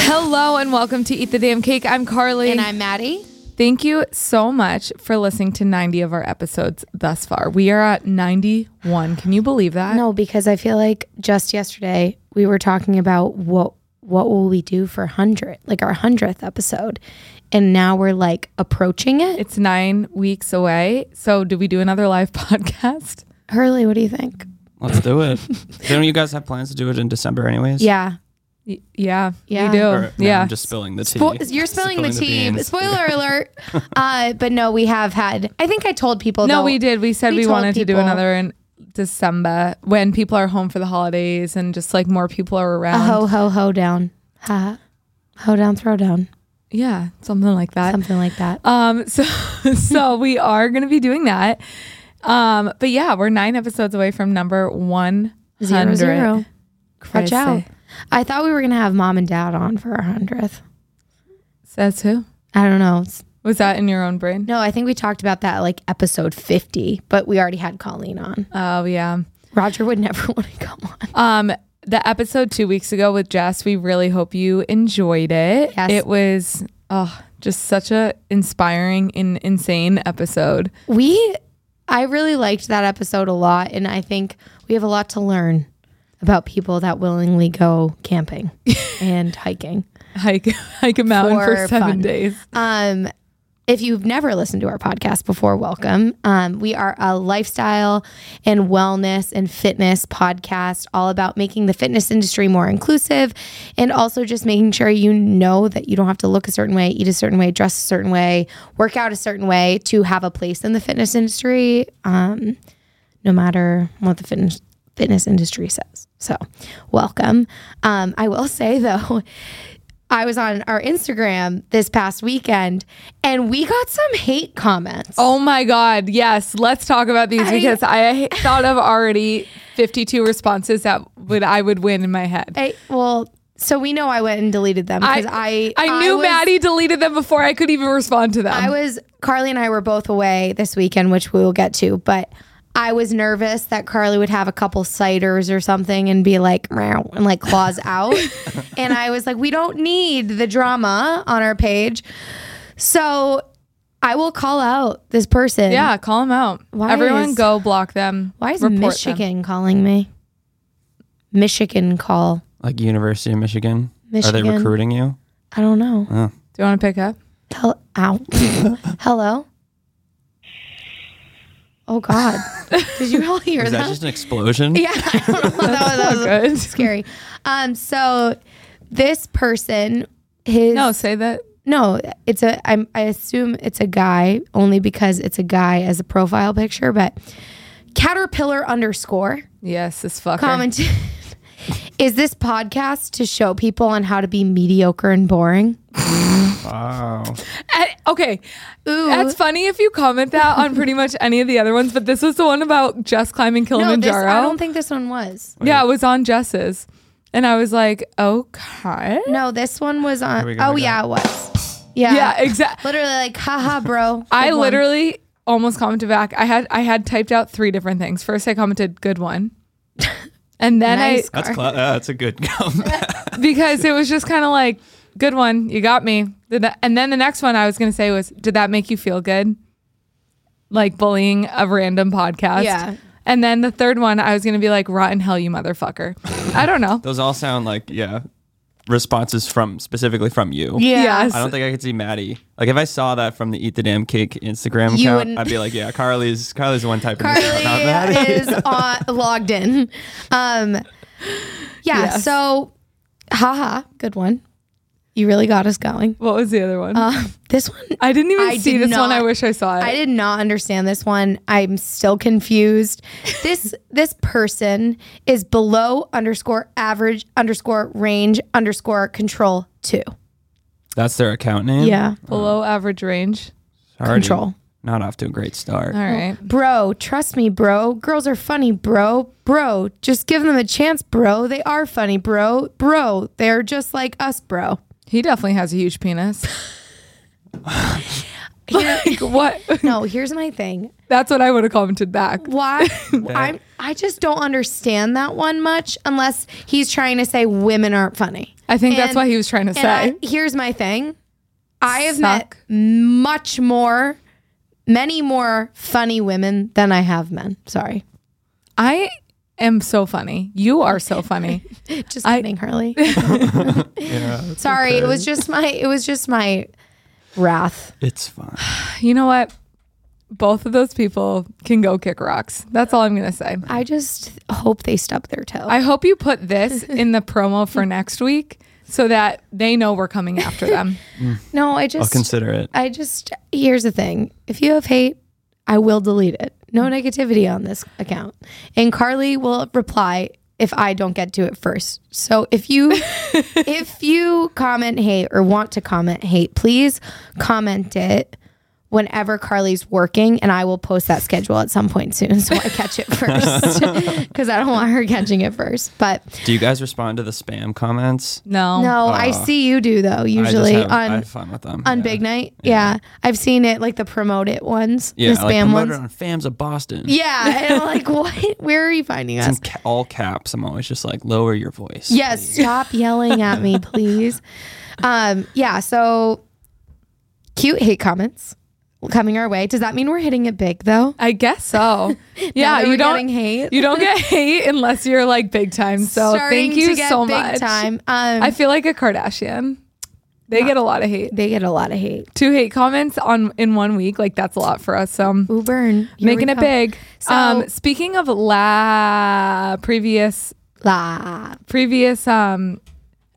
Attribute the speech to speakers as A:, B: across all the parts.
A: Hello and welcome to Eat the Damn Cake. I'm Carly.
B: And I'm Maddie.
A: Thank you so much for listening to 90 of our episodes thus far. We are at 91. Can you believe that?
B: No, because I feel like just yesterday we were talking about what what will we do for 100, like our 100th episode. And now we're like approaching it.
A: It's nine weeks away. So, do we do another live podcast?
B: Hurley, what do you think?
C: Let's do it. Don't you guys have plans to do it in December, anyways?
B: Yeah.
A: Y- yeah,
B: Yeah.
A: we do.
C: Or- no,
A: yeah.
C: I'm just spilling the tea.
B: Spo- you're spilling the tea.
C: beans.
B: Spoiler alert. Uh, but no, we have had, I think I told people.
A: no,
B: though-
A: we did. We said
B: we
A: we,
B: told
A: wanted to do
B: people-
A: another in December when people are home for the holidays and just like more people are
B: A
A: around.
B: ho, ho, ho down. Ha. Ho down, throw down.
A: Yeah, something like that.
B: Something like that.
A: Um, so so we are gonna be doing that. Um, but yeah, we're nine episodes away from number one
B: Zero,
A: hundred.
B: zero. Watch
A: Crazy.
B: out. I thought we were going to have mom and dad on for our 100th.
A: Says who?
B: I don't know. It's-
A: Was that in your own brain?
B: No, I think we talked about that like episode 50, but we already had Colleen on.
A: Oh yeah.
B: Roger would never want to come on.
A: Um, the episode two weeks ago with Jess, we really hope you enjoyed it.
B: Yes.
A: It was oh just such a inspiring and insane episode.
B: We, I really liked that episode a lot. And I think we have a lot to learn about people that willingly go camping and hiking.
A: Hike hike a mountain for,
B: For
A: seven
B: fun.
A: days.
B: Um, if you've never listened to our podcast before, welcome. Um, we are a lifestyle and wellness and fitness podcast, all about making the fitness industry more inclusive and also just making sure you know that you don't have to look a certain way, eat a certain way, dress a certain way, work out a certain way to have a place in the fitness industry, um, no matter what the fitness fitness industry says. So, welcome. Um, I will say though, I was on our Instagram this past weekend and we got some hate comments.
A: Oh my God. Yes. Let's talk about these
B: I-
A: because I thought of already 52 responses that would I would win in my head.
B: I, well, so we know I went and deleted them because I,
A: I, knew
B: was-
A: Maddie deleted them before I could even respond to them.
B: I was Carly and I were both away this weekend, which we will get to, but I was nervous that Carly would have a couple ciders or something and be like "Meow," and like claws out. and I was like, we don't need the drama on our page. So I will call out this person.
A: yeah, call them out.
B: Why
A: Everyone
B: is-
A: go block them.
B: Why is
A: report them.
B: Michigan calling me? Michigan call.
C: Like University of Michigan. Are
B: Michigan.
C: they recruiting you?
B: I don't know.
C: Oh.
A: Do you want to pick up?
B: Hel- ow. Hello? Oh, God. Did you all hear
C: Is that
B: that?
C: just an explosion?
B: yeah. I don't know. That was, that was
A: Good.
B: scary. Um, so this person, his.
A: No, say that.
B: No, it's a. I'm, I assume it's a guy only because it's a guy as a profile picture, but caterpillar underscore
A: Yes, this fucker.
B: commented. Is this podcast to show people on how to be mediocre and boring?
C: Wow.
A: Eh, okay.
B: Ooh,
A: That's funny if you comment that on pretty much any of the other ones, but this was the one about Jess climbing
B: no, this,
A: Kilimanjaro.
B: I don't think this one was.
A: yeah, it was on Jess's. And I was like, okay.
B: No, this one was on.
C: we gonna
B: Oh
C: go?
B: yeah, it was. Yeah,
A: Yeah, exactly.
B: literally like, haha, bro.
A: I
B: Good one.
A: literally almost commented back. I had I had typed out three different things. First, I commented good one, and then
B: Nice.
C: That's cla- uh, that's a good comeback.
A: I because it was just kind of like good one, you got me. Did that- And then the next one I was gonna say was, did that make you feel good? Like bullying a random podcast.
B: Yeah.
A: And then the third one I was gonna be like, rotten hell, you motherfucker. I don't know.
C: Those all sound like yeah responses from specifically from you.
A: Yes.
C: I don't think I could see Maddie. Like if I saw that from the Eat the Damn Cake Instagram
B: You
C: account,
B: wouldn't-
C: I'd be like, yeah, Carly's Carly's the one typing this out, not Maddie.
B: Carly is on, logged in. Um, yeah.
A: Yes.
B: So, haha, good one. You really got us going.
A: What was the other one?
B: Uh, this one
A: I didn't even
B: I
A: see
B: did
A: this one. I
B: not-
A: wish I saw it.
B: I did not understand this one. I'm still confused. This this person is below underscore average underscore range underscore control two.
C: That's their account name.
B: Yeah.
A: Below average range.
C: Already
B: Control.
C: Not off to a great start.
B: Oh.
A: All right.
B: Bro, trust me, bro. Girls are funny, bro. Bro, just give them a chance, bro. They are funny, bro. Bro, they're just like us, bro.
A: He definitely has a huge penis. Like, what?
B: No, here's my thing.
A: That's what I would have commented back.
B: Why? I'm, I just don't understand that one much unless he's trying to say women aren't funny.
A: I think that's
B: And-
A: what he was trying to
B: And I-
A: say.
B: here's my thing. I have
A: Suck.
B: met much more, many more funny women than I have men. Sorry.
A: I am so funny. You are so funny.
B: Just
A: I-
B: kidding, Harley.
C: Yeah,
B: Sorry. It was just my, it was just my wrath.
C: it's fine.
A: you know what? Both of those people can go kick rocks. That's all I'm going to say.
B: I just hope they stub their toe.
A: I hope you put this in the promo for next week so that they know we're coming after them.
B: no, I
C: I'll
B: just,
C: consider it.
B: I just, here's the thing. If you have hate, I will delete it. No negativity on this account. And Carly will reply if I don't get to it first. So if you if you comment hate or want to comment hate, please comment it whenever Carly's working and I will post that schedule at some point soon so I catch it first cuz I don't want her catching it first. But
C: Do you guys respond to the spam comments?
A: No.
B: no, I see you do though usually
C: Oh. Uh, I just have,
B: on
C: I have fun with them.
B: on
C: yeah.
B: big night. Yeah. I've seen it like the promote it ones,
C: Yeah,
B: the
C: like
B: spam
C: promoted
B: ones.
C: on Fams of Boston.
B: Yeah, and I'm like, what? Where are you finding
C: It's in
B: us?
C: ca- all caps. I'm always just like, lower your voice.
B: Yes, stop yelling at me, please. Um, yeah, so cute hate comments coming our way. Does that mean we're hitting it big though?
A: I guess so.
B: Now
A: Yeah,
B: that
A: you
B: we're
A: don't
B: getting hate.
A: you don't get hate unless you're like big time. So
B: Starting
A: thank you
B: to get
A: so
B: big
A: much.
B: Time. Um,
A: I feel like a Kardashian. They get a lot of hate.
B: they get a lot of hate.
A: Two hate comments on in one week, like that's a lot for us. So
B: Ooh, burn. Here
A: making
B: we
A: it
B: come.
A: big.
B: So-
A: um, speaking of la previous
B: La.
A: previous um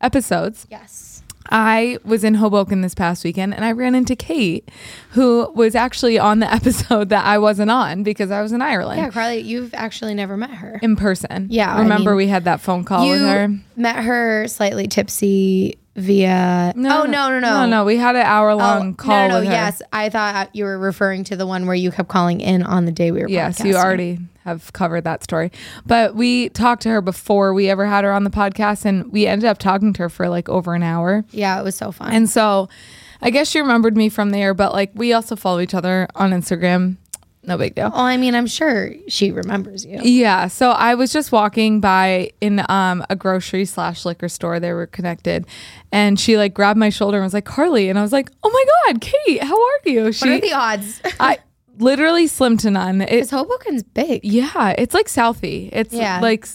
A: episodes,
B: Yes.
A: I was in Hoboken this past weekend and I ran into Kate, who was actually on the episode that I wasn't on because I was in Ireland
B: Yeah, Carly, you've actually never met her.
A: in person.
B: Yeah, I
A: remember
B: mean-
A: we had that phone call
B: you
A: with her.
B: met her slightly tipsy via. oh no no no
A: no, no. We had an hour
B: Oh,
A: long call
B: No, no,
A: with her.
B: yes. I thought you were referring to the one where you kept calling in on the day we were.
A: Yes, you
B: podcasting.
A: already have covered that story. But we talked to her before we ever had her on the podcast, and we ended up talking to her for like over an hour.
B: Yeah, it was so fun.
A: And so I guess she remembered me from there, but like we also follow each other on Instagram. No big deal.
B: well, I mean, I'm sure she remembers you.
A: Yeah. So I was just walking by in um, a grocery slash liquor store. They were connected. And she like grabbed my shoulder and was like, Carly. And I was like, oh my God, Kate, how are you?
B: What are
A: She,
B: the odds?
A: I literally slim to none. It,
B: Because Hoboken's big.
A: yeah, it's like Southie. It's
B: Yeah.
A: like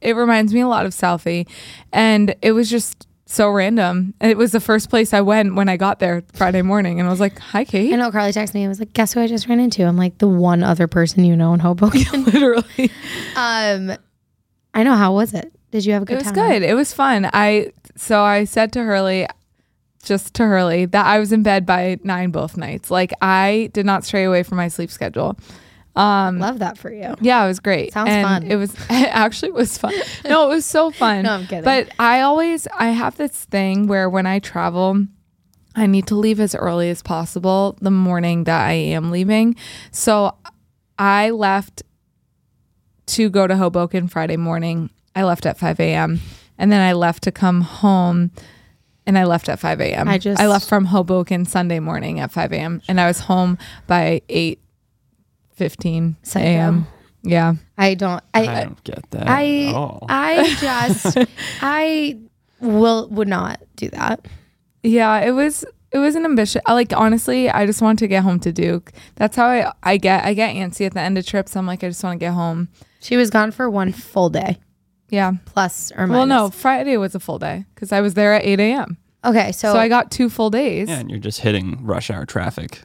A: it reminds me a lot of Southie, and it was just so random. And It was the first place I went when I got there Friday morning, and I was like, "Hi, Kate."
B: I know Carly texted me. I was like, "Guess who I just ran into?" I'm like, "The one other person you know in Hoboken."
A: Literally,
B: um, I know. How was it? Did you have a good
A: it was
B: time?
A: good. It was fun. I so I said to Hurley, just to Hurley, that I was in bed by nine both nights. Like I did not stray away from my sleep schedule.
B: Love that for you.
A: Yeah, it was great.
B: Sounds
A: And
B: fun.
A: It was it actually was fun. No, it was so fun.
B: No, I'm kidding.
A: But I always I have this thing where when I travel, I need to leave as early as possible the morning that I am leaving. So I left to go to Hoboken Friday morning. I left at 5 a.m. and then I left to come home and I left at 5 a.m.
B: I just-
A: I left from Hoboken Sunday morning at 5 a.m. and I was home by 8 15
B: Psycho.
A: a.m. Yeah.
B: I don't.
C: I
B: I.
C: don't get that
B: I.
C: at all.
B: I just. I will. Would not do that.
A: Yeah, it was it was an ambition. I, Like honestly, I just want to get home to Duke. That's how I I get I get antsy at the end of trips. I'm like I just want to get home.
B: She was gone for one full day,
A: Yeah.
B: plus or minus.
A: Well, no, Friday was a full day because I was there at 8 a.m.
B: Okay, so,
A: So I got two full days.
C: yeah, and you're just hitting rush hour traffic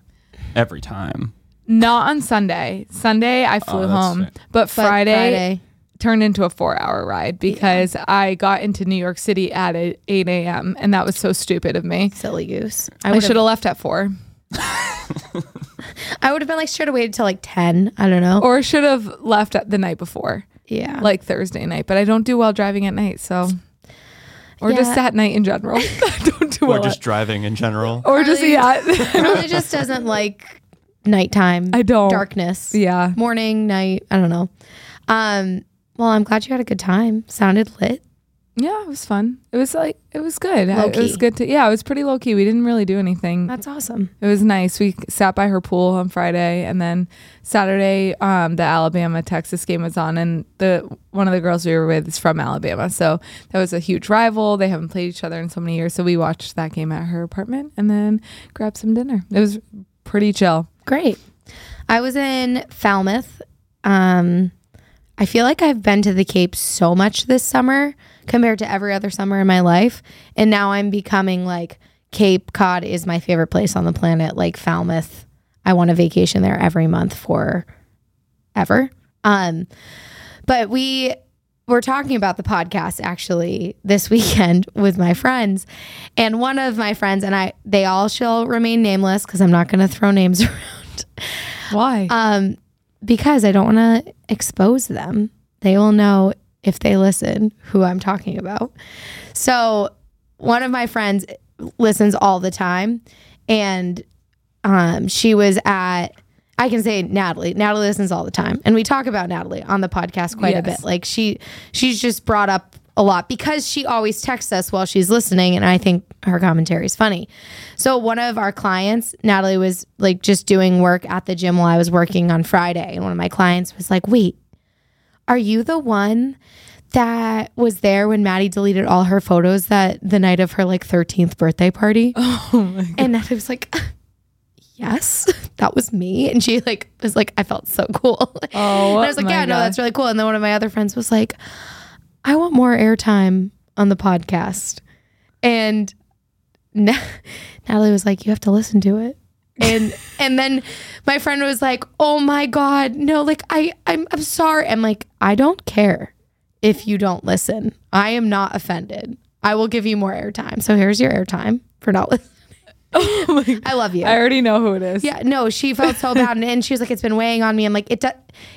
C: every time.
A: Not on Sunday. Sunday I flew
C: that's
A: home,
C: fair.
A: Oh, but Friday, turned into a four-hour ride because I got into New York City at 8 a.m. and that was so stupid of me.
B: silly goose.
A: I
B: would
A: should have left at four,
B: I would have been like should have waited till like ten. I don't know.
A: or should have left at the night before.
B: yeah,
A: like Thursday night, but I don't do well driving at night, so or just
B: Yeah.
A: at night in general. I don't do
C: Or
A: well. at-
C: just driving in general.
A: or just
B: Really?
A: yeah.
B: Carly just doesn't like nighttime.
A: I don't.
B: darkness.
A: yeah.
B: morning, night. I don't know. Um. Well, I'm glad you had a good time. Sounded lit.
A: Yeah, it was fun. It was like it was good. I- It
B: Low-key.
A: was good to yeah. It was pretty low key. We didn't really do anything.
B: That's awesome.
A: It was nice. We sat by her pool on Friday, and then Saturday, um, the Alabama Texas game was on, and the one of the girls we were with is from Alabama, so that was a huge rival. They haven't played each other in so many years, so we watched that game at her apartment, and then grabbed some dinner. It was pretty chill.
B: Great. I was in Falmouth. Um, I feel like I've been to the Cape so much this summer compared to every other summer in my life. And now I'm becoming like Cape Cod is my favorite place on the planet. Like Falmouth, I want a vacation there every month for ever. Um, but we were talking about the podcast actually this weekend with my friends. And one of my friends and I, they all shall remain nameless because I'm not going to throw names around
A: Why?
B: um, because I don't want to expose them. They will know if they listen who I'm talking about. So, one of my friends listens all the time, and um, she was at. I can say Natalie. Natalie listens all the time, and we talk about Natalie on the podcast quite a
A: Yes.
B: bit. Like she, she's just brought up a lot because she always texts us while she's listening, and I think her commentary is funny. So one of our clients, Natalie, was like just doing work at the gym while I was working on Friday, and one of my clients was like, "Wait, are you the one that was there when Maddie deleted all her photos that the night of her like 13th birthday party?
A: Oh.
B: And then I was like, yes, that was me. And she like was like, I felt so cool.
A: Oh,
B: and I was like,
A: my
B: yeah, no,
A: gosh.
B: that's really cool. And then one of my other friends was like, I want more airtime on the podcast. And Na- Natalie was like, you have to listen to it. And and then my friend was like, "Oh my god, no! Like I, I'm, I'm sorry. I'm like, I don't care if you don't listen. I am not offended. I will give you more airtime. So here's your airtime for not listening.
A: Oh
B: I love you.
A: I already know who it is.
B: Yeah, no, she felt so bad, and, and she was like, "It's been weighing on me." I'm like, "It do-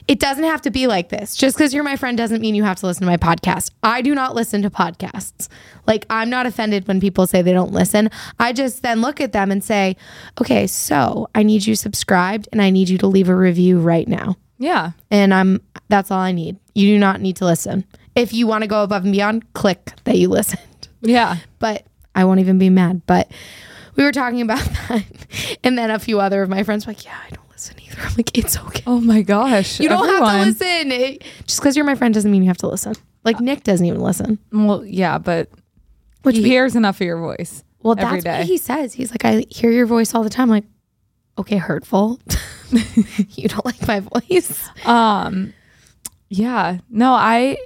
B: it doesn't have to be like this. Just because you're my friend doesn't mean you have to listen to my podcast. I do not listen to podcasts. Like, I'm not offended when people say they don't listen. I just then look at them and say, "Okay, so I need you subscribed, and I need you to leave a review right now.
A: yeah.
B: And I'm that's all I need. You do not need to listen. If you want to go above and beyond, click that you listened."
A: Yeah.
B: but I won't even be mad. But we were talking about that, and then a few other of my friends were like, "Yeah, I don't listen either." I'm like, "It's okay.
A: Oh my gosh.
B: You don't
A: everyone.
B: have to listen. It- just because you're my friend doesn't mean you have to listen." Like Nick doesn't even listen.
A: Well, yeah, but
B: Which
A: he
B: we-
A: hears enough of your voice.
B: Well,
A: every
B: that's what
A: day.
B: he says. He's like, "I hear your voice all the time." I'm like, okay, hurtful. you don't like my voice.
A: um yeah no i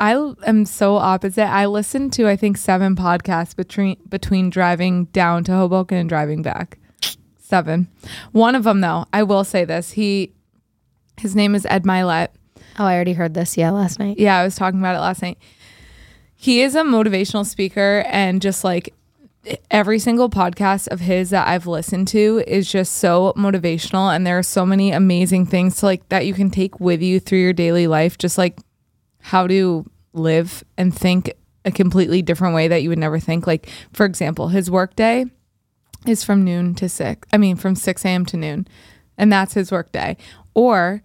A: i l- am so opposite i listened to i think seven podcasts between between driving down to hoboken and driving back seven one of them though i will say this he his name is ed milet
B: Oh, I already heard this. Yeah, last night.
A: yeah, I was talking about it last night. He is a motivational speaker, and just like every single podcast of his that I've listened to is just so motivational. And there are so many amazing things to like that you can take with you through your daily life, just like how to live and think a completely different way that you would never think. Like, for example, his workday is from noon to six. I mean, from 6 a.m. to noon, and that's his workday. Or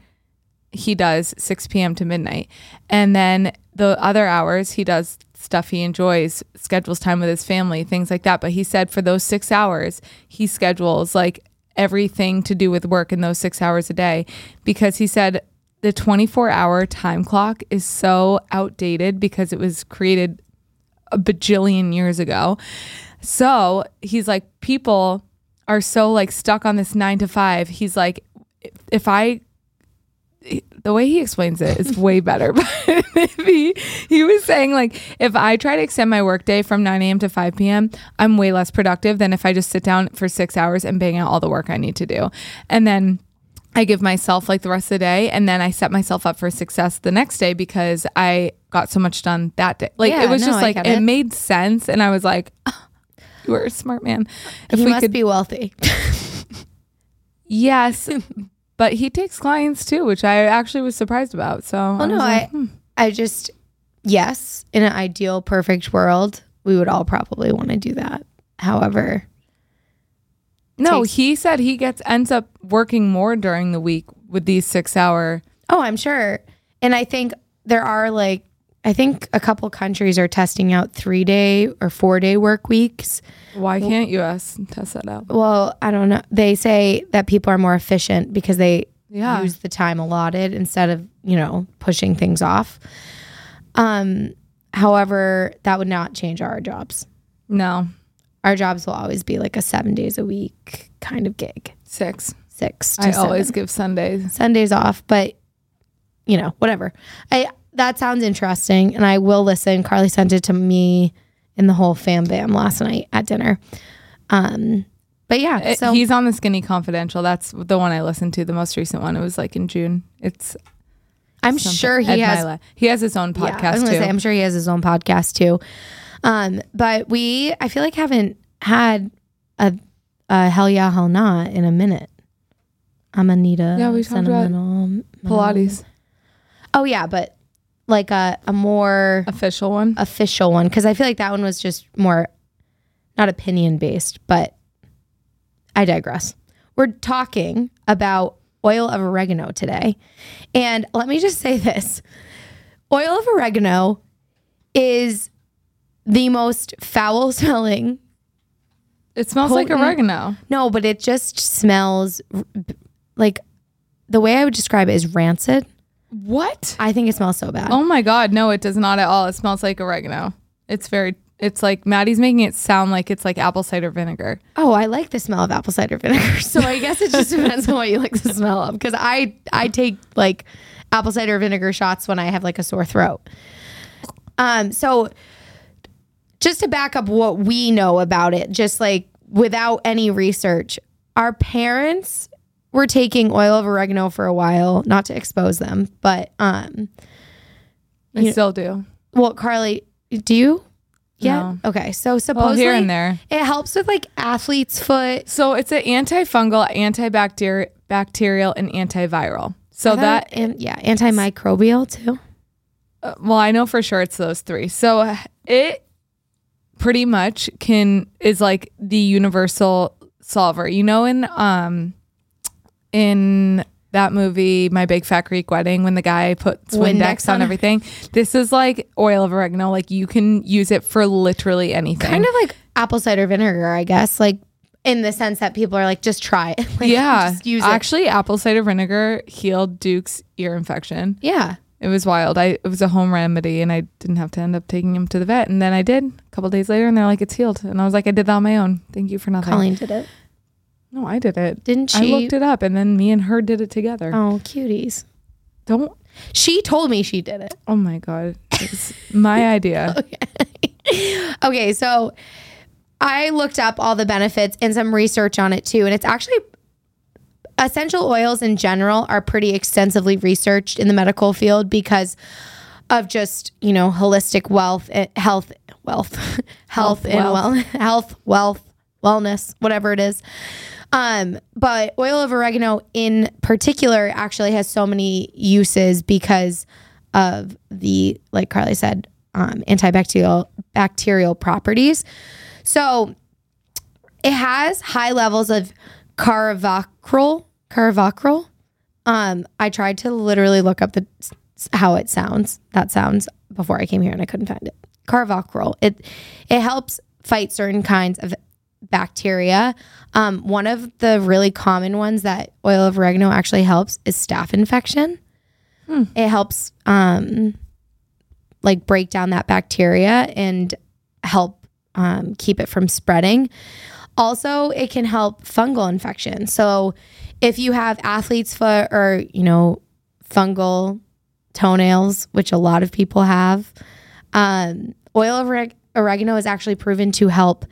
A: he does 6 p.m. to midnight. And then the other hours, he does stuff he enjoys, schedules time with his family, things like that. But he said for those six hours, he schedules like everything to do with work in those six hours a day because he said the 24 hour time clock is so outdated because it was created a bajillion years ago. So he's like, people are so like stuck on this nine to five. He's like, if- if I the way he explains it is way better. But if he, he was saying like, if I try to extend my workday from 9 a.m. to 5 p.m., I'm way less productive than if I just sit down for six hours and bang out all the work I need to do. And then I give myself like the rest of the day and then I set myself up for success the next day because I got so much done that day. Like
B: Yeah,
A: it was
B: no,
A: just
B: I
A: like
B: get
A: it.
B: it.
A: made sense and I was like, you are a smart man. If
B: he
A: we
B: must
A: could
B: be wealthy.
A: Yes. But he takes clients too, which I actually was surprised about. So I
B: Well, Oh, no,
A: was like,
B: I, I just, yes, in an ideal, perfect world, we would all probably want to do that. However,
A: No,
B: takes-
A: he said he gets ends up working more during the week with these six hour.
B: oh, I'm sure. And I think there are like, I think a couple countries are testing out three day or four day work weeks.
A: Why can't US test that out?
B: Well, I don't know. They say that people are more efficient because they
A: Yeah.
B: use the time allotted instead of, you know, pushing things off. Um, however, that would not change our jobs.
A: No.
B: Our jobs will always be like a seven days a week kind of gig,
A: Six.
B: six to
A: I
B: seven.
A: always give Sundays.
B: Sundays off, but you know, whatever. I that sounds interesting and I will listen. Carly sent it to me and the whole fam bam last night at dinner. Um but yeah,
A: It-
B: so
A: Eh, He's on the Skinny Confidential. That's the one I listened to, the most recent one. It was like in June. It's
B: I'm sure he
A: Ed
B: has
A: Mylett. He has his own
B: yeah, I was
A: podcast
B: gonna
A: too.
B: Say, I'm sure he has his own podcast too. Um, but we I feel like haven't had a a hell yeah, hell not in a minute. I'm Anita.
A: Yeah, we talked about
B: sentimental-
A: Mm-hmm. Pilates
B: Oh yeah, but like a, a more
A: official one.
B: official one because I feel like that one was just more not opinion based, but I digress. We're talking about oil of oregano today. And let me just say this oil of oregano is the most foul smelling.
A: It smells like
B: potent-
A: oregano.
B: No, but it just smells r- b- like the way I would describe it is rancid.
A: What?
B: I think it smells so bad.
A: Oh my god, no, it does not at all. It smells like oregano. It's very it's like Maddie's making it sound like it's like apple cider vinegar.
B: Oh, I like the smell of apple cider vinegar. So I guess it just depends on what you like the smell of. Because I I take like apple cider vinegar shots when I have like a sore throat. Um, so just to back up what we know about it, just like without any research, our parents were taking oil of oregano for a while, not to expose them, but um,
A: I still do.
B: well, Carly, do you? Yeah.
A: No.
B: Okay. So supposedly
A: Well, Oh, here and there.
B: it helps with like athlete's foot.
A: So it's an antifungal, antibacterial, bacterial, and antiviral. So that,
B: Oh, that and yeah, antimicrobial too.
A: uh, well, I know for sure it's those three. So uh, it pretty much can is like the universal solver. You know, in um, in that movie, My Big Fat Greek Wedding, when the guy puts
B: Windex
A: Windex on
B: on
A: everything, this is like oil of oregano. Like you can use it for literally anything.
B: Kind of like apple cider vinegar, I guess, like in the sense that people are like, just try it. Like,
A: yeah,
B: Just use it.
A: actually, apple cider vinegar healed Duke's ear infection.
B: Yeah.
A: It was wild. I it was a home remedy, and I didn't have to end up taking him to the vet. And then I did a couple days later, and they're like, "It's healed." And I was like, "I did that on my own. Thank you for nothing."
B: Colleen did it.
A: No, I did it.
B: Didn't
A: I
B: she?
A: looked it up, and then me and her did it together.
B: Oh, cuties.
A: Don't.
B: She told me she did it.
A: Oh my god, it's my idea.
B: Okay, so I looked up all the benefits and some research on it too, and it's actually essential oils in general are pretty extensively researched in the medical field because of just you know holistic wealth, eh, health, wealth, health, and well, health, wealth, wellness, whatever it is. Um, but oil of oregano in particular actually has so many uses because of the, like Carly said, um, antibacterial bacterial properties. So it has high levels of carvacrol. Carvacrol. Um, I tried to literally look up the how it sounds. That sounds before I came here and I couldn't find it. Carvacrol. It it helps fight certain kinds of bacteria. Um, one of the really common ones that oil of oregano actually helps is staph infection. It helps um, like break down that bacteria and help um, keep it from spreading. Also, it can help fungal infection. So, if you have athlete's foot or, you know, fungal toenails, which a lot of people have, um, oil of oreg- oregano is actually proven to help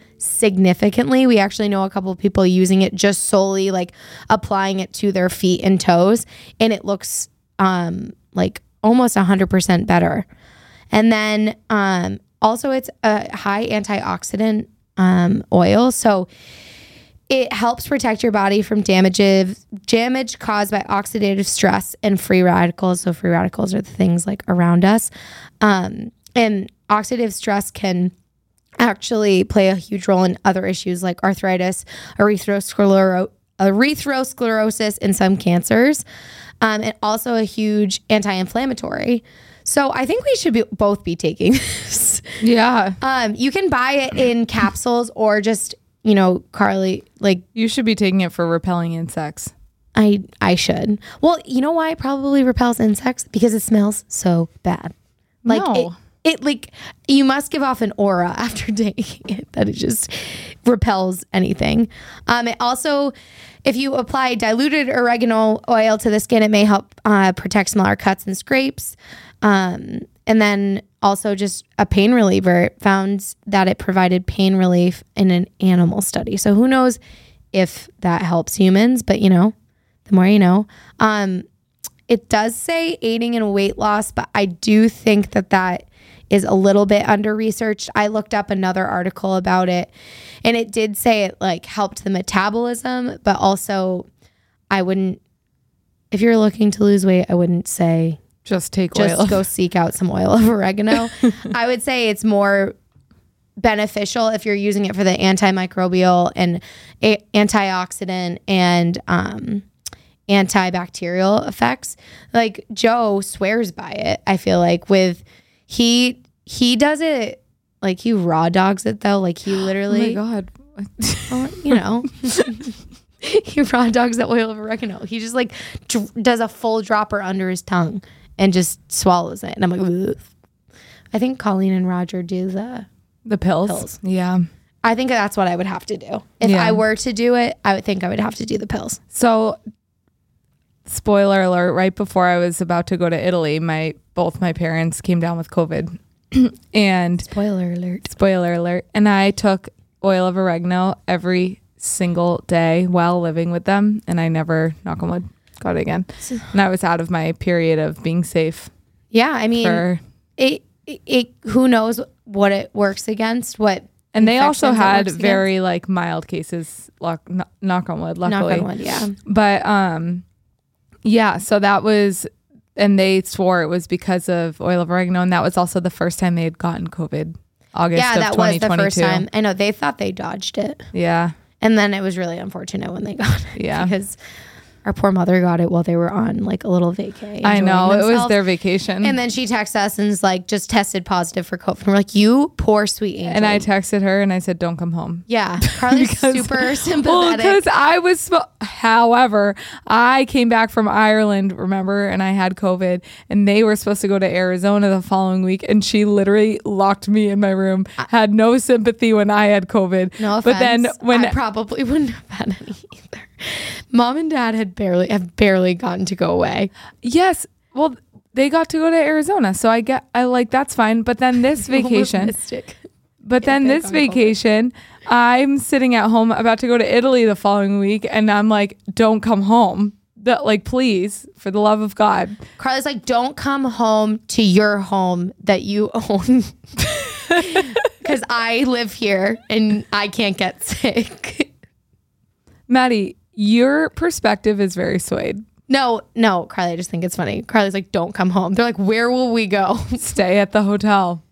B: significantly. We actually know a couple of people using it just solely like applying it to their feet and toes, and it looks um, like almost 100% better. And then um, also, it's a high antioxidant um, oil. So it helps protect your body from damages, damage caused by oxidative stress and free radicals. So, free radicals are the things like around us. Um, and oxidative stress can actually play a huge role in other issues like arthritis, erythrosclero- erythrosclerosis, and some cancers, um, and also a huge anti inflammatory. So I think we should be both be taking this.
A: Yeah.
B: Um, you can buy it in capsules or just, you know, Carly, like
A: You should be taking it for repelling insects.
B: I I should. Well, you know why it probably repels insects? Because it smells so bad. Like
A: No.
B: it, it like you must give off an aura after taking it that it just repels anything. Um it also if you apply diluted oregano oil to the skin, it may help uh, protect smaller cuts and scrapes. Um, and then also just a pain reliever. It found that it provided pain relief in an animal study. So who knows if that helps humans, but you know, the more you know. Um, it does say aiding in weight loss, but I do think that that is a little bit under researched. I looked up another article about it and it did say it like helped the metabolism, but also I wouldn't, if you're looking to lose weight, I wouldn't say
A: Just take
B: just
A: oil. Oh
B: go seek out some oil of oregano. I would say it's more beneficial if you're using it for the antimicrobial and a- antioxidant and um, antibacterial effects. Like Joe swears by it. I feel like with he he does it like he raw dogs it though. Like he
A: Oh my
B: literally,
A: god.
B: well, you know. He raw dogs the oil of oregano. He just like dr- does a full dropper under his tongue and just swallows it. And I'm like, Ugh. I think Colleen and Roger do the.
A: The pills.
B: Pills.
A: Yeah.
B: I think that's what I would have to do if
A: Yeah.
B: I were to do it. I would think I would have to do the pills.
A: So spoiler alert, right before I was about to go to Italy, my both my parents came down with COVID. and
B: Spoiler alert.
A: spoiler alert, and I took oil of oregano every single day while living with them, and I never, knock on wood, got it again. And I was out of my period of being safe
B: Yeah, I mean,
A: for.
B: it, it. It. Who knows what it works against? What
A: And they
B: infections
A: also
B: it
A: had
B: works against.
A: very like mild cases. Lock, kn- knock on wood. Luckily,
B: knock on wood. Yeah.
A: but um yeah so that was and they swore it was because of oil of oregano and that was also the first time they had gotten covid august
B: Yeah,
A: of
B: that was
A: 2022
B: the first time. I know they thought they dodged it,
A: yeah
B: and then it was really unfortunate when they got it.
A: Yeah.
B: because our poor mother got it while they were on like a little vacay.
A: i
B: enjoying
A: know it was
B: themselves.
A: their vacation
B: And
A: and,
B: then she texts us and is like, "Just tested positive for COVID." And we're like, "You poor sweet angel."
A: i texted her and i said don't come home
B: yeah, Carly's super
A: well
B: sympathetic.
A: because i was sm- however i came back from ireland remember and i had covid and they were supposed to go to arizona the following week and she literally locked me in my room had no sympathy when i had covid
B: No offense.
A: but then when
B: I probably wouldn't have had any either. Mom and dad had barely have barely gotten to go away.
A: Yes. Well, they got to go to Arizona, so I get I like that's fine. But then this vacation,
B: Holistic.
A: but then
B: they're
A: this
B: gone, COVID.
A: vacation, I'm sitting at home about to go to Italy the following week, and I'm like, "Don't come home, that like please, for the love of God."
B: Carly's like, don't come home to your home that you own. Because I live here and I can't get sick.
A: Maddie, your perspective is very swayed.
B: No, no, Carly, I just think it's funny. Carly's like, don't come home. They're like, where will we go?
A: Stay at the hotel.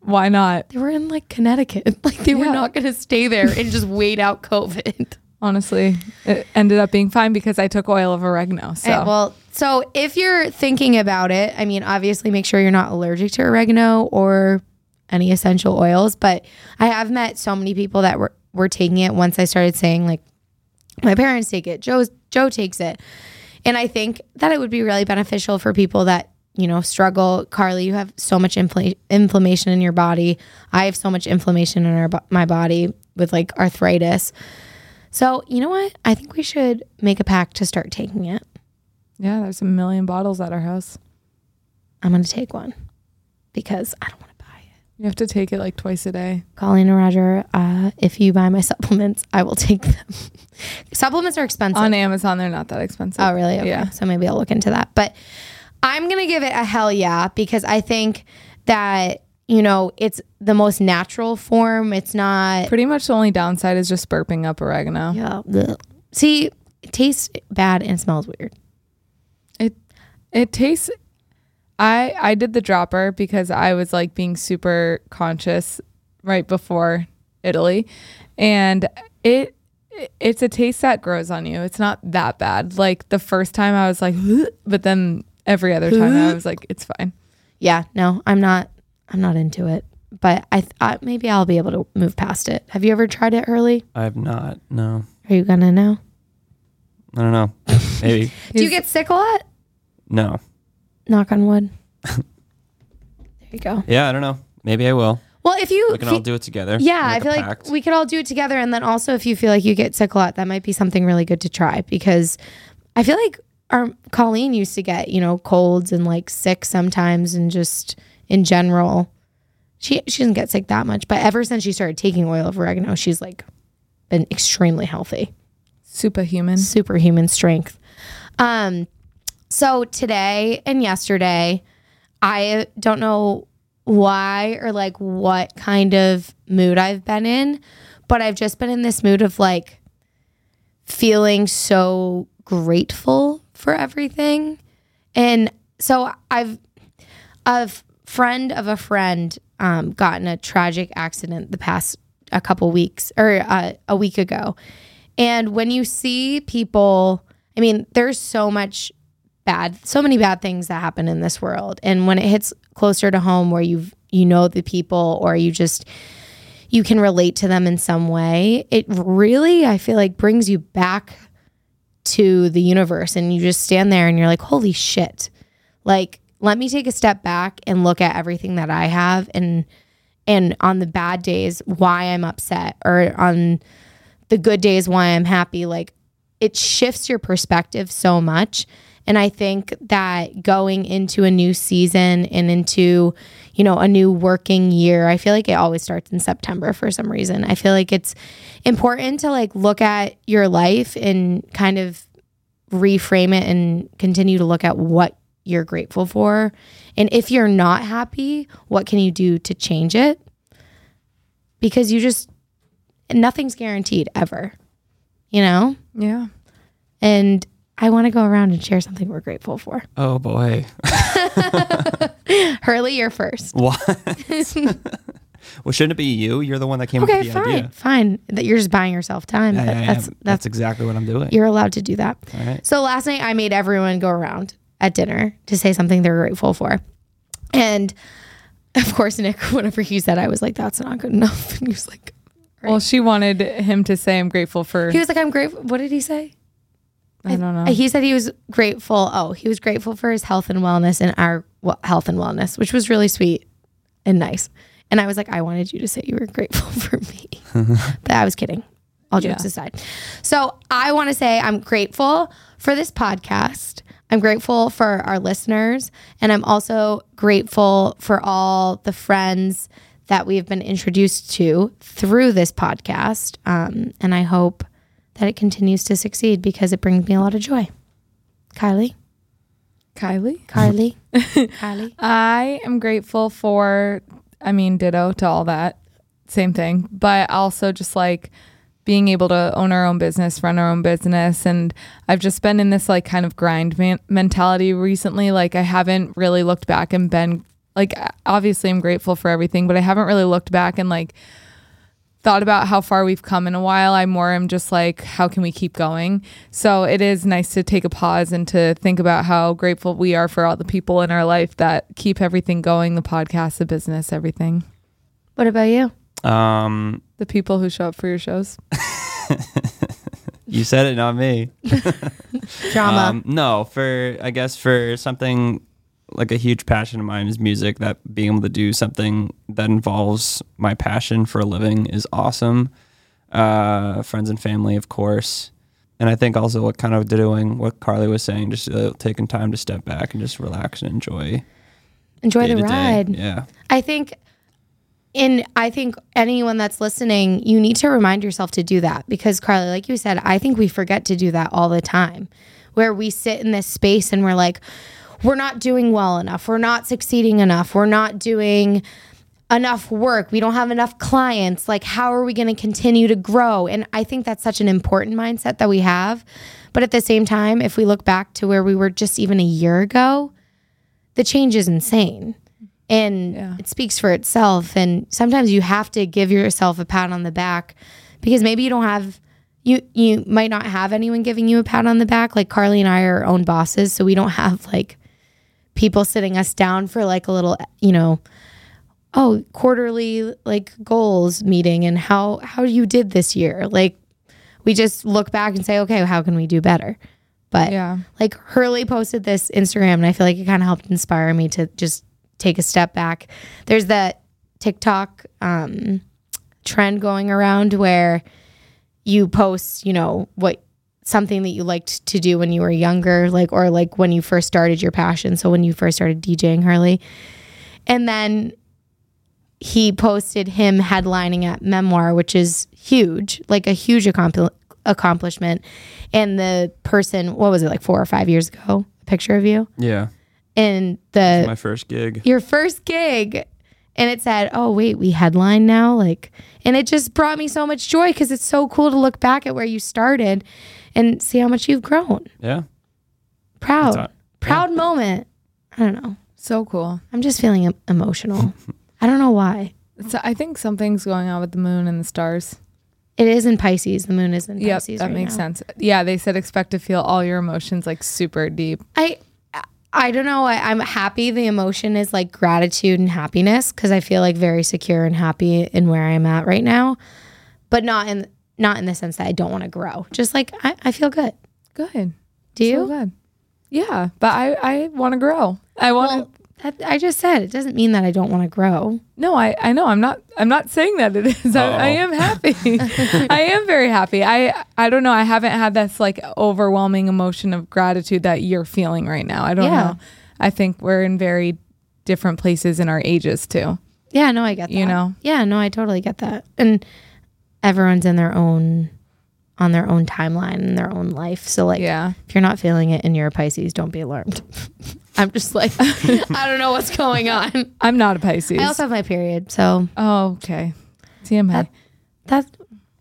A: Why not?
B: They were in like Connecticut. Like they were
A: Yeah.
B: not going to stay there and just wait out COVID.
A: Honestly, it ended up being fine because I took oil of oregano. So
B: Okay, Eh, well, so if you're thinking about it, I mean, obviously make sure you're not allergic to oregano or any essential oils, but I have met so many people that were, were taking it once I started saying, like, my parents take it, Joe's, Joe takes it. And I think that it would be really beneficial for people that, you know, struggle. Carly, you have so much infl- inflammation in your body. I have so much inflammation in our, bo- my body with like arthritis. So, you know what? I think we should make a pact to start taking it.
A: yeah, there's a million bottles at our house.
B: I'm gonna take one because I don't want to buy it.
A: You have to take it like twice a day.
B: Colleen and Roger, uh, if you buy my supplements, I will take them. supplements are expensive.
A: on Amazon, they're not that expensive.
B: oh, really? Okay.
A: Yeah.
B: So maybe I'll look into that. But I'm gonna give it a hell yeah because I think that you know it's the most natural form. It's not.
A: Pretty much the only downside is just burping up oregano.
B: yeah. bleh. See, it tastes bad and smells weird.
A: It it tastes I I did the dropper because I was like being super conscious right before Italy and it it's a taste that grows on you. It's not that bad. Like the first time I was like but then every other time I was like, it's fine.
B: Yeah, no, I'm not. I'm not into it. But I, th- I maybe I'll be able to move past it. Have you ever tried it early?
C: I have not. No,
B: Are you gonna know?
C: I don't know. Maybe
B: Do you get sick a lot?
C: no.
B: Knock on wood. there you go.
C: Yeah, I don't know. Maybe I will.
B: Well, if you,
C: We can
B: if you-
C: all do it together.
B: yeah, I
C: Make a
B: feel
C: pact.
B: like we could all do it together. And then also, if you feel like you get sick a lot, that might be something really good to try because I feel like our Colleen used to get you know colds and like sick sometimes, and just in general, she she doesn't get sick that much. But ever since she started taking oil of oregano, she's like been extremely healthy
A: Superhuman.
B: superhuman strength. Um, so today and yesterday, I don't know why or like what kind of mood I've been in, but I've just been in this mood of like feeling so grateful for everything. And so I've a f- friend of a friend um, got in a tragic accident the past a couple weeks or uh, a week ago. And when you see people, I mean, there's so much bad, so many bad things that happen in this world. And when it hits closer to home where you've, you know, the people or you just, you can relate to them in some way, it really, I feel like, brings you back to the universe. And you just stand there and you're like, holy shit, like let me take a step back and look at everything that i have and and on the bad days why i'm upset or on the good days why i'm happy like it shifts your perspective so much and i think that going into a new season and into you know a new working year i feel like it always starts in september for some reason i feel like it's important to like look at your life and kind of reframe it and continue to look at what you're grateful for. And if you're not happy, what can you do to change it? Because you just, nothing's guaranteed ever, you know?
A: Yeah.
B: And I want to go around and share something we're grateful for.
C: Oh boy.
B: Hurley, you're first.
C: What? well, shouldn't it be you? You're the one that came up
B: Okay,
C: with the
B: fine,
C: idea.
B: fine. That you're just buying yourself time.
C: Yeah,
B: but
C: yeah, yeah.
B: that's, that's,
C: exactly what I'm doing.
B: you're allowed to do that.
C: All right.
B: So last night I made everyone go around at dinner to say something they're grateful for. And of course, Nick, whenever he said, I was like, that's not good enough. And he was like,
A: Well, she wanted him to say, I'm grateful for,
B: he was like, I'm grateful. What did he say?
A: I don't know.
B: He said he was grateful. Oh, he was grateful for his health and wellness and our w- health and wellness, which was really sweet and nice. And I was like, I wanted you to say you were grateful for me. but I was kidding. All jokes
A: Yeah.
B: aside. So I want to say I'm grateful for this podcast. I'm grateful for our listeners. And I'm also grateful for all the friends that we've been introduced to through this podcast. Um, and I hope that it continues to succeed because it brings me a lot of joy. Kylie,
A: Kylie?
B: Carly, Kylie.
A: I am grateful for, I mean, ditto to all that. Same thing. But also just like being able to own our own business, run our own business. And I've just been in this like kind of grind man- mentality recently. Like I haven't really looked back and been like, obviously I'm grateful for everything, but I haven't really looked back and like thought about how far we've come in a while. I more am just like, how can we keep going? So it is nice to take a pause and to think about how grateful we are for all the people in our life that keep everything going the podcast, the business, everything.
B: What about you?
C: Um,
A: The people who show up for your shows.
C: you said it, not me.
B: Drama.
C: Um, no, for I guess for something like a huge passion of mine is music. That being able to do something that involves my passion for a living is awesome. Uh, friends and family, of course, and I think also what kind of doing what Carly was saying, just uh, taking time to step back and just relax and enjoy
B: Enjoy the
C: day-to-day.
B: ride.
C: Yeah,
B: I think in I think anyone that's listening, you need to remind yourself to do that because Carly, like you said, I think we forget to do that all the time. Where we sit in this space and we're like we're not doing well enough. We're not succeeding enough. We're not doing enough work. We don't have enough clients. Like how are we going to continue to grow? And I think that's such an important mindset that we have. But at the same time, if we look back to where we were just even a year ago, the change is insane and it speaks for itself and sometimes you have to give yourself a pat on the back because maybe you don't have you you might not have anyone giving you a pat on the back like Carly and I are our own bosses so we don't have like people sitting us down for like a little, you know, oh, quarterly like goals meeting and how how you did this year. Like we just look back and say, okay, how can we do better? But
A: Yeah.
B: like Hurley posted this Instagram, and I feel like it kind of helped inspire me to just take a step back. There's that TikTok um, trend going around where you post, you know, what something that you liked to do when you were younger, like or like when you first started your passion. So when you first started DJing Hurley, and then he posted him headlining at Memoir, which is huge, like a huge accompli- accomplishment. And the person, what was it, like four or five years ago? A picture of you
C: Yeah.
B: and the
C: My first gig.
B: your first gig and it said oh wait we headline now like and it just brought me so much joy because it's so cool to look back at where you started and see how much you've grown
C: Yeah.
B: proud
C: That's
B: proud moment i don't know
A: So cool.
B: i'm just feeling em- emotional i don't know why
A: So I think something's going on with the moon and the stars.
B: it is in pisces the moon is in
A: Yep,
B: pisces
A: that
B: right
A: makes
B: now.
A: sense. Yeah, they said expect to feel all your emotions like super deep.
B: I I don't know. I, I'm happy. The emotion is like gratitude and happiness because I feel like very secure and happy in where I'm at right now, but not in not in the sense that I don't want to grow. Just like I, I feel good.
A: Good.
B: Do
A: So
B: you?
A: good. Yeah, but I I want to grow. I want to.
B: Well, that, I just said it doesn't mean that I don't want to grow.
A: no, I I know. I'm not. I'm not saying that it is. I, I
C: Oh.
A: am happy. I am very happy. I I don't know. I haven't had this like overwhelming emotion of gratitude that you're feeling right now. I don't
B: Yeah.
A: know. I think we're in very different places in our ages too.
B: Yeah, no, I get that.
A: You know?
B: Yeah, no, I totally get that. And everyone's in their own on their own timeline and their own life. So like
A: Yeah.
B: If you're not feeling it and you're a Pisces, don't be alarmed. I'm just like, I don't know what's going on.
A: I'm not a Pisces.
B: I also have my period, so
A: oh, okay. TMI.
B: That- that's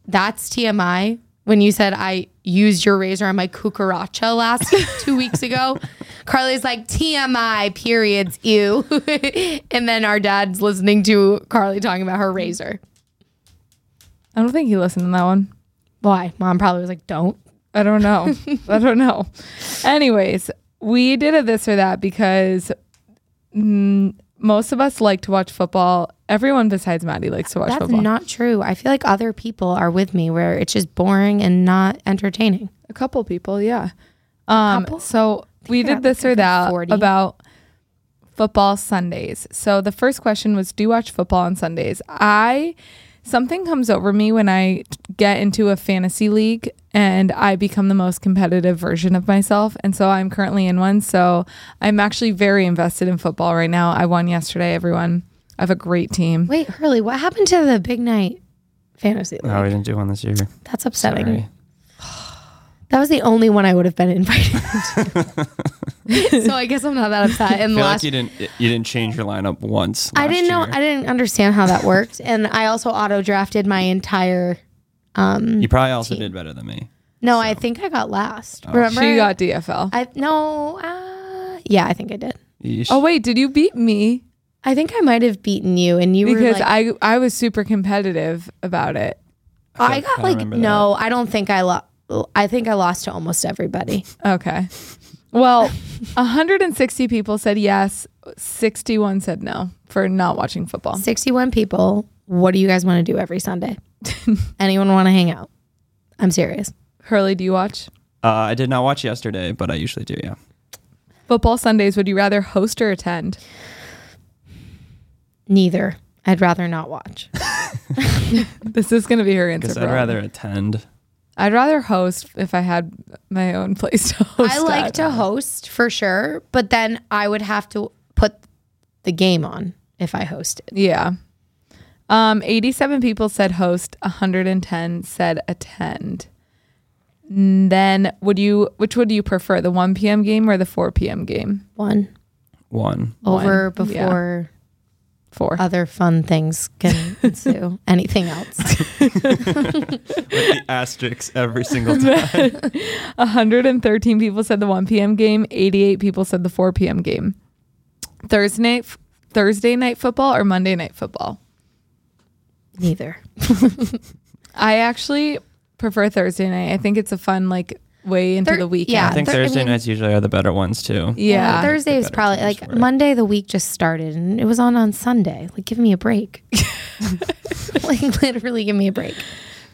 B: that's TMI. When you said I used your razor on my cucaracha last two weeks ago, Carly's like TMI periods ew, and then our dad's listening to Carly talking about her razor.
A: I don't think he listened to that one.
B: Why? Mom probably was like, don't.
A: I don't know. I don't know. Anyways, we did a this or that because mm, most of us like to watch football. Everyone besides Maddie likes to watch
B: That's
A: football.
B: not true. I feel like other people are with me where it's just boring and not entertaining.
A: a couple people, yeah. Um,
B: Couple?
A: so we
B: they're
A: did this
B: like
A: or that
B: 40.
A: about football Sundays. So the first question was, do you watch football on Sundays? I something comes over me when I get into a fantasy league and I become the most competitive version of myself. And so I'm currently in one. So I'm actually very invested in football right now. I won yesterday, everyone. I have a great team.
B: Wait, Hurley, what happened to the big night fantasy? League?
C: No, we didn't do one this year.
B: That's upsetting.
C: Sorry.
B: That was the only one I would have been invited. to. so I guess I'm not that upset. And
C: I feel
B: last,
C: like you didn't you didn't change your lineup once.
B: I
C: last
B: didn't know,
C: year.
B: I didn't understand how that worked, and I also auto drafted my entire. Um,
C: you probably also did better than me.
B: no, I think I got last.
C: Oh.
B: Remember,
A: She got DFL.
B: I no, uh, yeah, I think I did.
C: Yeesh.
A: oh wait, did you beat me?
B: I think I might have beaten you, and you were
A: because
B: like,
A: I I was super competitive about it.
B: I,
C: I
B: got
C: kinda
B: like
C: remember
B: no, I don't think I lost. I think I lost to almost everybody.
A: Okay. Well, 160 people said yes, 61 said no for not watching
B: Oh.
A: football.
B: 61 people. What do you guys want to do every Sunday? Anyone want to hang out? I'm serious.
A: Hurley, do you watch
C: Uh, I did not watch yesterday, but I usually do. Yeah.
A: football Sundays? Would you rather host or attend?
B: Neither. I'd rather not watch.
A: This is going to be her answer.
C: Because
A: for
C: I'd
A: all.
C: rather attend.
A: I'd rather host if I had my own place to host.
B: I like
A: at.
B: to host for sure, but then I would have to put the game on if I hosted.
A: Yeah. Um, 87 people said host, 110 said attend. And then would you which would you prefer, the 1 p.m. game or the 4 p.m. game?
B: One
C: One.
B: over
A: One, yeah.
B: before
A: 4.
B: other fun things can ensue. Anything else?
C: With the asterisks every single time.
A: 113 people said the 1 p.m. game. 88 people said the 4 p.m. game. Thursday, Thursday night football or Monday night football?
B: Neither.
A: I actually prefer Thursday night. I think it's a fun like way into
B: Thir-
A: the weekend.
B: yeah.
C: I think
B: Thir- I
C: Thursday
B: mean-
C: nights usually are the better ones too.
A: Yeah.
B: Thursday was
C: better
B: probably
C: times
B: like
C: for it.
B: Monday. The week just started, and it was on on Sunday. Like, give me a break. like, literally, give me a break.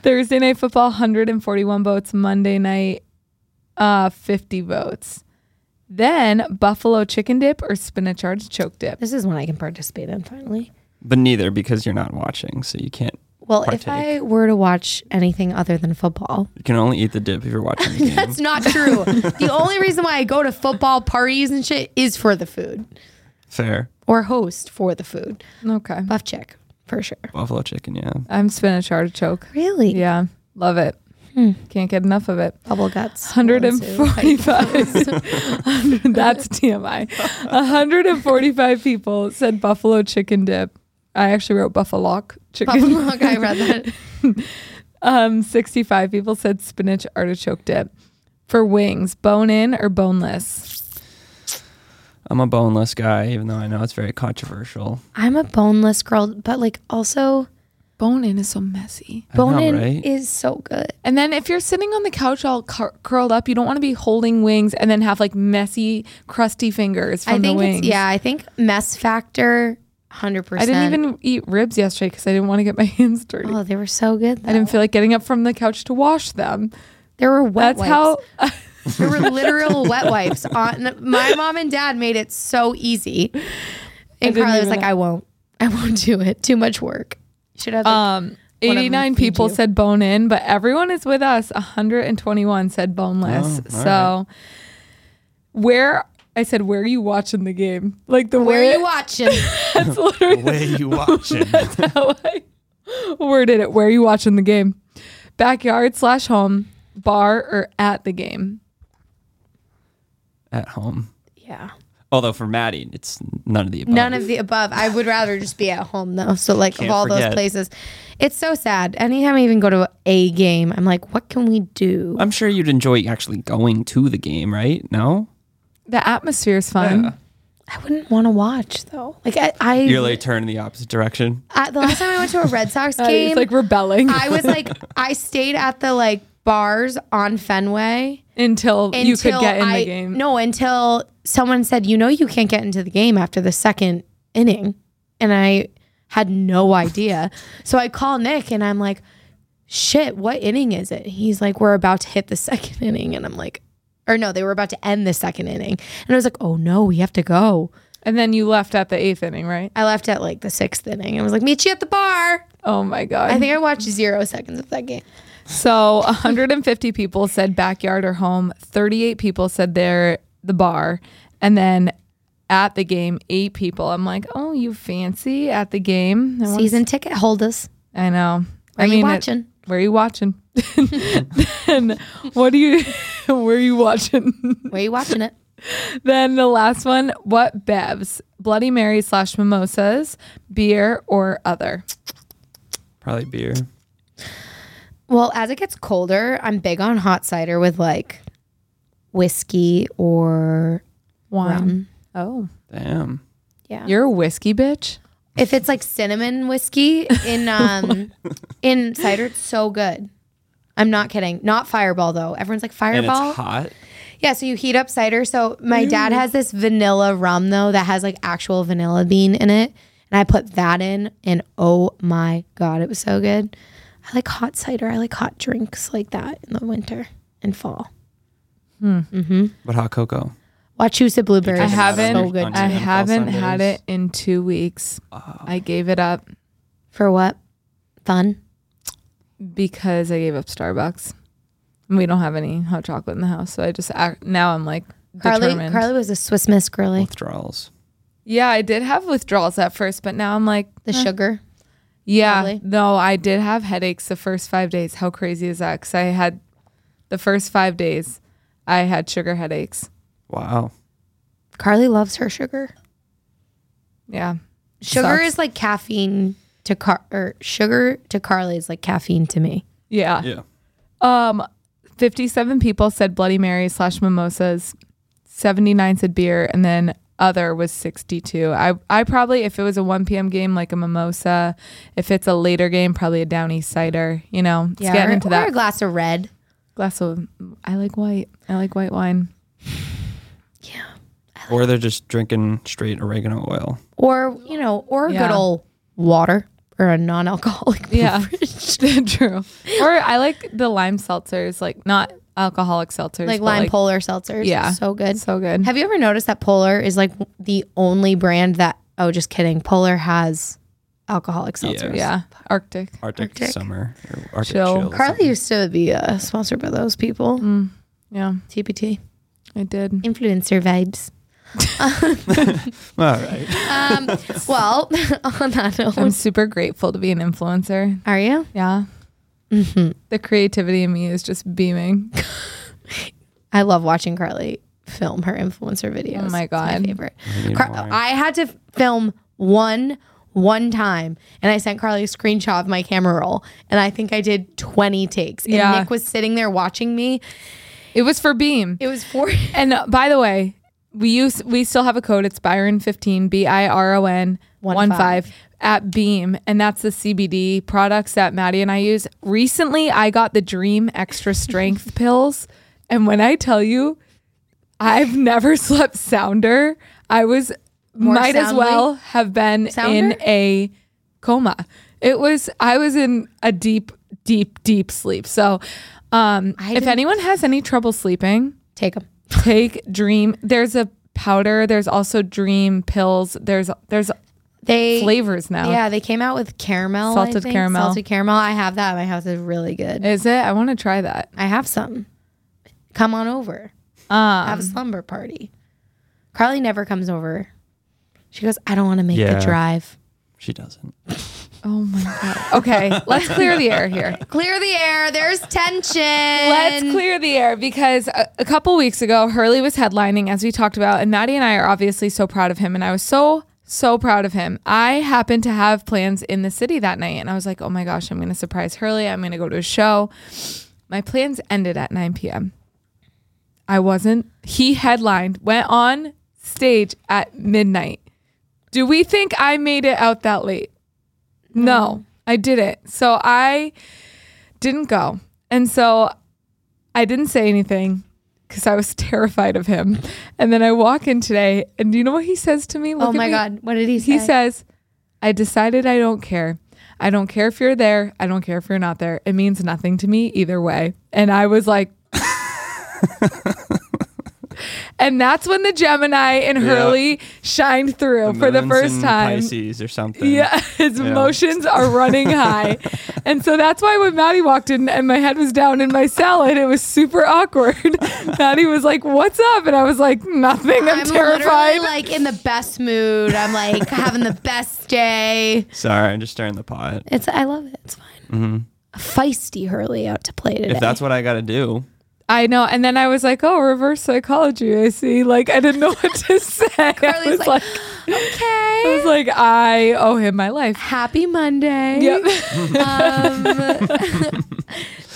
A: Thursday night football, 141 votes. Monday night, uh, 50 votes. Then buffalo chicken dip or spinach artichoke dip.
B: This is one I can participate in finally.
C: But neither because you're not watching, so you can't.
B: Well, if I
C: Partake.
B: were to watch anything other than football,
C: You can only eat the dip if you're watching the game.
B: that's not true. the only reason why I go to football parties and shit is for the food
C: Fair.
B: or host for the food.
A: Okay.
B: Buff chick for sure.
C: Buffalo chicken, yeah.
A: I'm spinach artichoke.
B: Really?
A: Yeah. Love it. Can't get enough of it.
B: Bubble guts.
A: 145. That's TMI. 145 people said buffalo chicken dip. I actually wrote buffalo chicken.
B: Buffalo. I read that.
A: Um, 65 people said spinach artichoke dip. For wings, bone in or boneless?
C: I'm a boneless guy, even though I know it's very controversial.
B: I'm a boneless girl, but like also
A: Bone in is so messy.
C: I know,
B: bone in
C: right?
B: is so good.
A: And then if you're sitting on the couch all cur- curled up, you don't want to be holding wings and then have like messy, crusty fingers from
B: I think
A: the wings.
B: it's yeah. I think mess factor, hundred percent.
A: I didn't even eat ribs yesterday because I didn't want to get my hands dirty.
B: Oh, they were so good.
A: I didn't feel like getting up from the couch to wash them.
B: There were wet
A: That's
B: wipes.
A: how
B: There were literal wet wipes. On my mom and dad made it so easy, and
A: didn't
B: Carly was
A: even
B: like, "I won't, I won't do it. Too much work." Should have. Like,
A: um,
B: One of them
A: 89
B: feed
A: people
B: you.
A: said bone in, but everyone is with us. 121 said boneless.
C: Oh, all
A: so where I said, where are you watching the game? Like the
B: where
A: way
B: are you watching?
A: that's literally
C: Where you watching?
A: how I worded it. Where are you watching the game? Backyard slash home, bar or at the game.
C: at home.
B: yeah.
C: Although for Maddie, it's none of the above.
B: None of the above. I would rather just be at home though. So like of
C: Can't
B: all those
C: forget.
B: places, it's so sad. Anytime I even go to a game, I'm like, what can we do?
C: I'm sure you'd enjoy actually going to the game, right? No?
A: The atmosphere is fun.
B: I wouldn't want to watch though. Like I, I
C: You're
A: Mm-hmm.
C: like turning the opposite direction.
B: I- the last time I went to a Red Sox
A: Uh,
B: game,
A: It's like rebelling
B: I was like, I stayed at the like bars on Fenway
A: until,
B: until
A: you could get in
B: I,
A: the game.
B: No, until someone said, you know, you can't get into the game after the second inning, and I had no idea. so I call Nick and I'm like, shit, what inning is it? He's like, we're about to hit the second inning, and I'm like, or no, they were about to end the second inning, and I was like, oh no, we have to go.
A: And then you left at the eighth inning, right?
B: I left at like the sixth inning. I was like, meet you at the bar.
A: Oh my God.
B: I think I watched zero seconds of that game.
A: So 150 people said backyard or home. 38 people said they're the bar. And then at the game, eight people. I'm like, oh, you fancy at the game? I, want-
B: Season ticket holders.
A: I know.
B: Are
A: I
B: you
A: it-
B: watching?
A: where are you watching? then what do you, where are you watching?
B: Where you watching it?
A: then the last one, what bevs? Bloody Mary slash mimosas, beer or other?
C: Probably beer.
B: Well, as it gets colder, I'm big on hot cider with like whiskey or
A: Wine. Oh,
C: Damn.
B: yeah.
A: you're a whiskey bitch.
B: if it's like cinnamon whiskey in um in cider, it's so good. I'm not kidding. Not Fireball though. Everyone's like
C: And
B: Fireball.
C: it's hot.
B: Yeah, so you heat up cider. So my dad has this vanilla rum though that has like actual vanilla bean in it, and I put that in, and oh my god, it was so good. I like hot cider. I like hot drinks like that in the winter and fall.
C: But hot cocoa.
B: Wachusa blueberry.
A: I
B: is
A: haven't.
B: So good.
C: On
A: I
C: Sunday and fall
A: haven't had
C: Sundays.
A: it in two weeks. I gave it up
B: For what? Fun.
A: because I gave up Starbucks. We don't have any hot chocolate in the house, so I just act, now I'm like
B: Carly.
A: determined.
B: Carly was a Swiss Miss girly.
C: Withdrawals.
A: Yeah, I did have withdrawals at first, but now I'm like,
B: The sugar.
A: yeah,
B: Probably.
A: no, I did have headaches the first five days. How crazy is that? Because I had the first five days, I had sugar headaches.
C: Wow.
B: Carly loves her sugar.
A: Yeah,
B: Sugar
A: Sucks.
B: is like caffeine to car or sugar to Carly is like caffeine to me.
A: yeah.
C: Yeah.
A: Um, 57 people said Bloody Mary slash mimosas, 79 said beer, and then other was 62. I, I probably, if it was a 1 p.m. game, like a mimosa, if it's a later game, probably a Downy cider, you know, it's getting
B: or,
A: into
B: or a
A: that
B: glass of red.
A: glass of, I like white. I like white wine.
B: Yeah.
C: or they're just drinking straight oregano oil.
B: Or, you know, or good
A: Yeah.
B: old water or a non alcoholic
A: Yeah.
B: beverage.
A: True. Or I like the lime seltzers, like not alcoholic seltzers,
B: like
A: but,
B: lime polar seltzers.
A: Yeah.
B: So good.
A: So good.
B: Have you ever noticed that Polar is like the only brand that, oh, just kidding. Polar has alcoholic seltzers.
A: yeah, Arctic.
C: Arctic,
B: Arctic.
C: summer or Arctic
A: Chill.
C: chill.
B: Carly used to be uh, sponsored by those people.
A: Yeah,
B: TPT.
A: I did.
B: Influencer vibes.
C: All right.
B: Um, well, on that note,
A: I'm super grateful to be an influencer.
B: are you?
A: Yeah. The creativity in me is just beaming.
B: I love watching Carly film her influencer videos.
A: Oh my
B: It's my
A: God.
B: favorite.
C: I need
B: Car-
C: wine.
B: I had to f- film one one time and I sent Carly a screenshot of my camera roll and I think I did 20 takes. And
A: Yeah.
B: Nick was sitting there watching me.
A: It was for Beam.
B: It was for
A: And uh, by the way, we use we still have a code. It's Byron fifteen B I R O N one five at Beam, and that's the CBD products that Maddie and I use. Recently, I got the Dream Extra Strength pills, and when I tell you, I've never slept sounder. I was might as
B: soundly?
A: well have been
B: Sounder?
A: in a coma. It was I was in a deep, deep, deep sleep. So, um,
B: I
A: if
B: didn't-
A: anyone has any trouble sleeping,
B: Take them.
A: take dream there's a powder there's also dream pills there's there's
B: They
A: flavors now
B: Yeah, they came out with caramel. I
A: Salted
B: think.
A: caramel.
B: Salted caramel. I have that at my house. It's really good.
A: is it i want to try that
B: I have some. Come on over. have a slumber party. Carly never comes over. She goes, I don't want to make
C: Yeah.
B: the drive.
C: she doesn't.
A: oh my god okay let's clear the air here
B: Clear the air. There's tension.
A: Let's clear the air because a, a couple weeks ago, Hurley was headlining, as we talked about, and Maddie and I are obviously so proud of him. And I was so, so proud of him. I happened to have plans in the city that night, and I was like, oh my gosh, I'm going to surprise Hurley. I'm going to go to a show. My plans ended at 9 p.m. I wasn't. He headlined, went on stage at midnight. Do we think I made it out that late? No, I didn't. So I didn't go. And so I didn't say anything because I was terrified of him. And then I walk in today, and do you know what he says to me? Look
B: Oh
A: at
B: my
A: me.
B: God. What did he say?
A: He says, I decided I don't care. I don't care if you're there. I don't care if you're not there. It means nothing to me either way. And I was like, and that's when the Gemini and Hurley shined through Oh, for the
C: Moon's in
A: first time.
C: Pisces or something.
A: Yeah, his emotions are running high. and so that's why when Maddie walked in and my head was down in my salad, it was super awkward. Maddie was like, What's up? And I was like, Nothing. I'm,
B: I'm
A: terrified.
B: literally like in the best mood. I'm like having the best day.
C: Sorry, I'm just stirring the pot.
B: It's I love it. It's fine. A feisty Hurley out to play today.
C: Mm-hmm. If that's what I got to do,
A: I know. And then I was like, Oh, reverse psychology. I see. Like, I didn't know what to say. I
B: Carly's
A: was like,
B: like, okay.
A: I was like, I owe him my life.
B: Happy Monday.
A: Yep.
B: Um,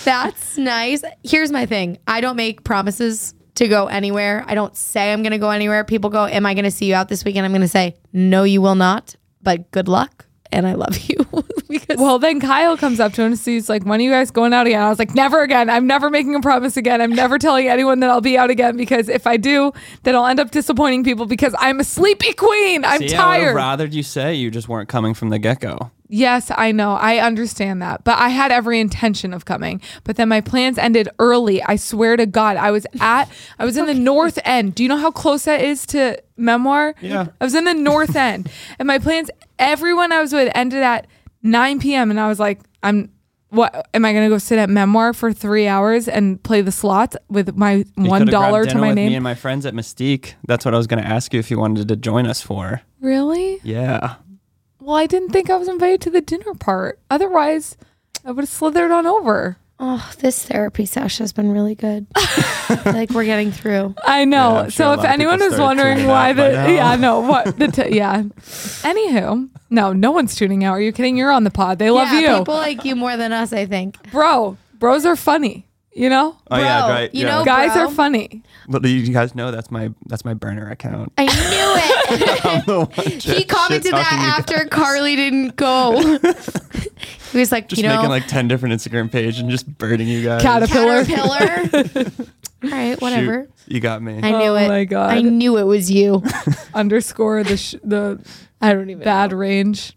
B: that's nice. Here's my thing I don't make promises to go anywhere. I don't say I'm going to go anywhere. People go, Am I going to see you out this weekend? I'm going to say, No, you will not, but good luck. And I love you because
A: Well, then Kyle comes up to him and he's like, When are you guys going out again? I was like, Never again. I'm never making a promise again. I'm never telling anyone that I'll be out again because if I do, then I'll end up disappointing people because I'm a sleepy queen. I'm
C: See, I would have
A: tired.
C: rather you say you just weren't coming from the get go.
A: yes, I know. I understand that. But I had every intention of coming. But then my plans ended early. I swear to God. I was at, I was in the north end. Do you know how close that is to memoir?
C: Yeah.
A: I was in the north end. and my plans, everyone I was with ended at 9 p.m. And I was like, I'm, what am I gonna go sit at Memoir for three hours and play the slots with my
C: You
A: one
C: coulda grabbed
A: dollar to
C: dinner
A: my
C: with Me
A: name?
C: and my friends at Mystique. That's what I was going to ask you if you wanted to join us for.
A: really?
C: Yeah.
A: Well, I didn't think I was invited to the dinner part. Otherwise, I would have slithered on over.
B: Oh, this therapy session has been really good. like we're getting through.
A: I know.
C: Yeah, I'm sure
A: so
C: a
A: if
C: lot of people
A: anyone was
C: started
A: wondering
C: tuning
A: why
C: out by
A: the
C: now.
A: yeah no what the t- yeah, anywho no no one's tuning out. Are you kidding? You're on the pod. They love
B: yeah,
A: you,
B: People like you more than us, I think.
A: bro. Bros are funny. You know,
C: Oh
B: Bro,
C: yeah, right.
B: you
C: yeah.
B: know-
A: guys
B: bro.
A: are funny.
C: Well, you guys know that's my that's my burner account.
B: I knew it.
C: I'm the one
B: he
C: shit-
B: commented
C: shit-talking you
B: that
C: guys.
B: after Carly didn't go. he was like,
C: Just
B: you know,
C: making like ten different Instagram pages and just burning you guys.
A: Caterpillar.
B: caterpillar. All right, whatever.
C: Shoot, you got me.
B: I knew
A: Oh
B: it.
A: my God.
B: I knew it was you.
A: Underscore the sh- the
B: I don't even
A: bad range,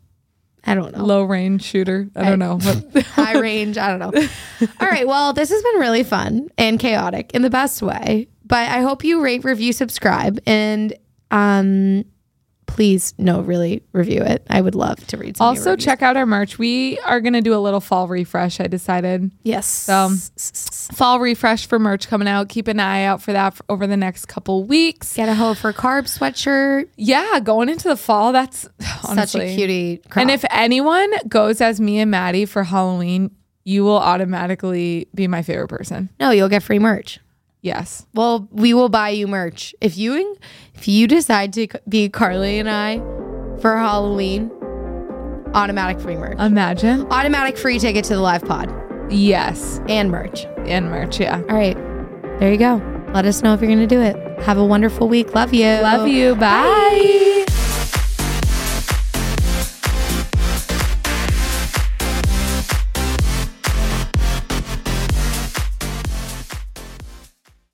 B: I don't know.
A: low range shooter. I don't know. But
B: High range. I don't know. All right. Well, this has been really fun and chaotic in the best way. But I hope you rate, review, subscribe, and um please no, really review it. I would love to read some. of your
A: also
B: reviews.
A: check out our merch. We are gonna do a little fall refresh. I decided.
B: Yes.
A: So- fall refresh for merch coming out. Keep an eye out for that for over the next couple weeks.
B: get a hoe for carb sweatshirt.
A: Yeah, going into the fall, that's honestly
B: Such a cutie. Crop.
A: And if anyone goes as me and Maddie for Halloween, you will automatically be my favorite person.
B: no, you'll get free merch.
A: Yes.
B: Well, we will buy you merch if you if you decide to be Carly and I for Halloween. Automatic free merch.
A: Imagine.
B: automatic free ticket to the live pod
A: Yes.
B: and merch.
A: And merch. Yeah.
B: All right. There you go. Let us know if you're going to do it. Have a wonderful week. Love you.
A: Love you. Bye.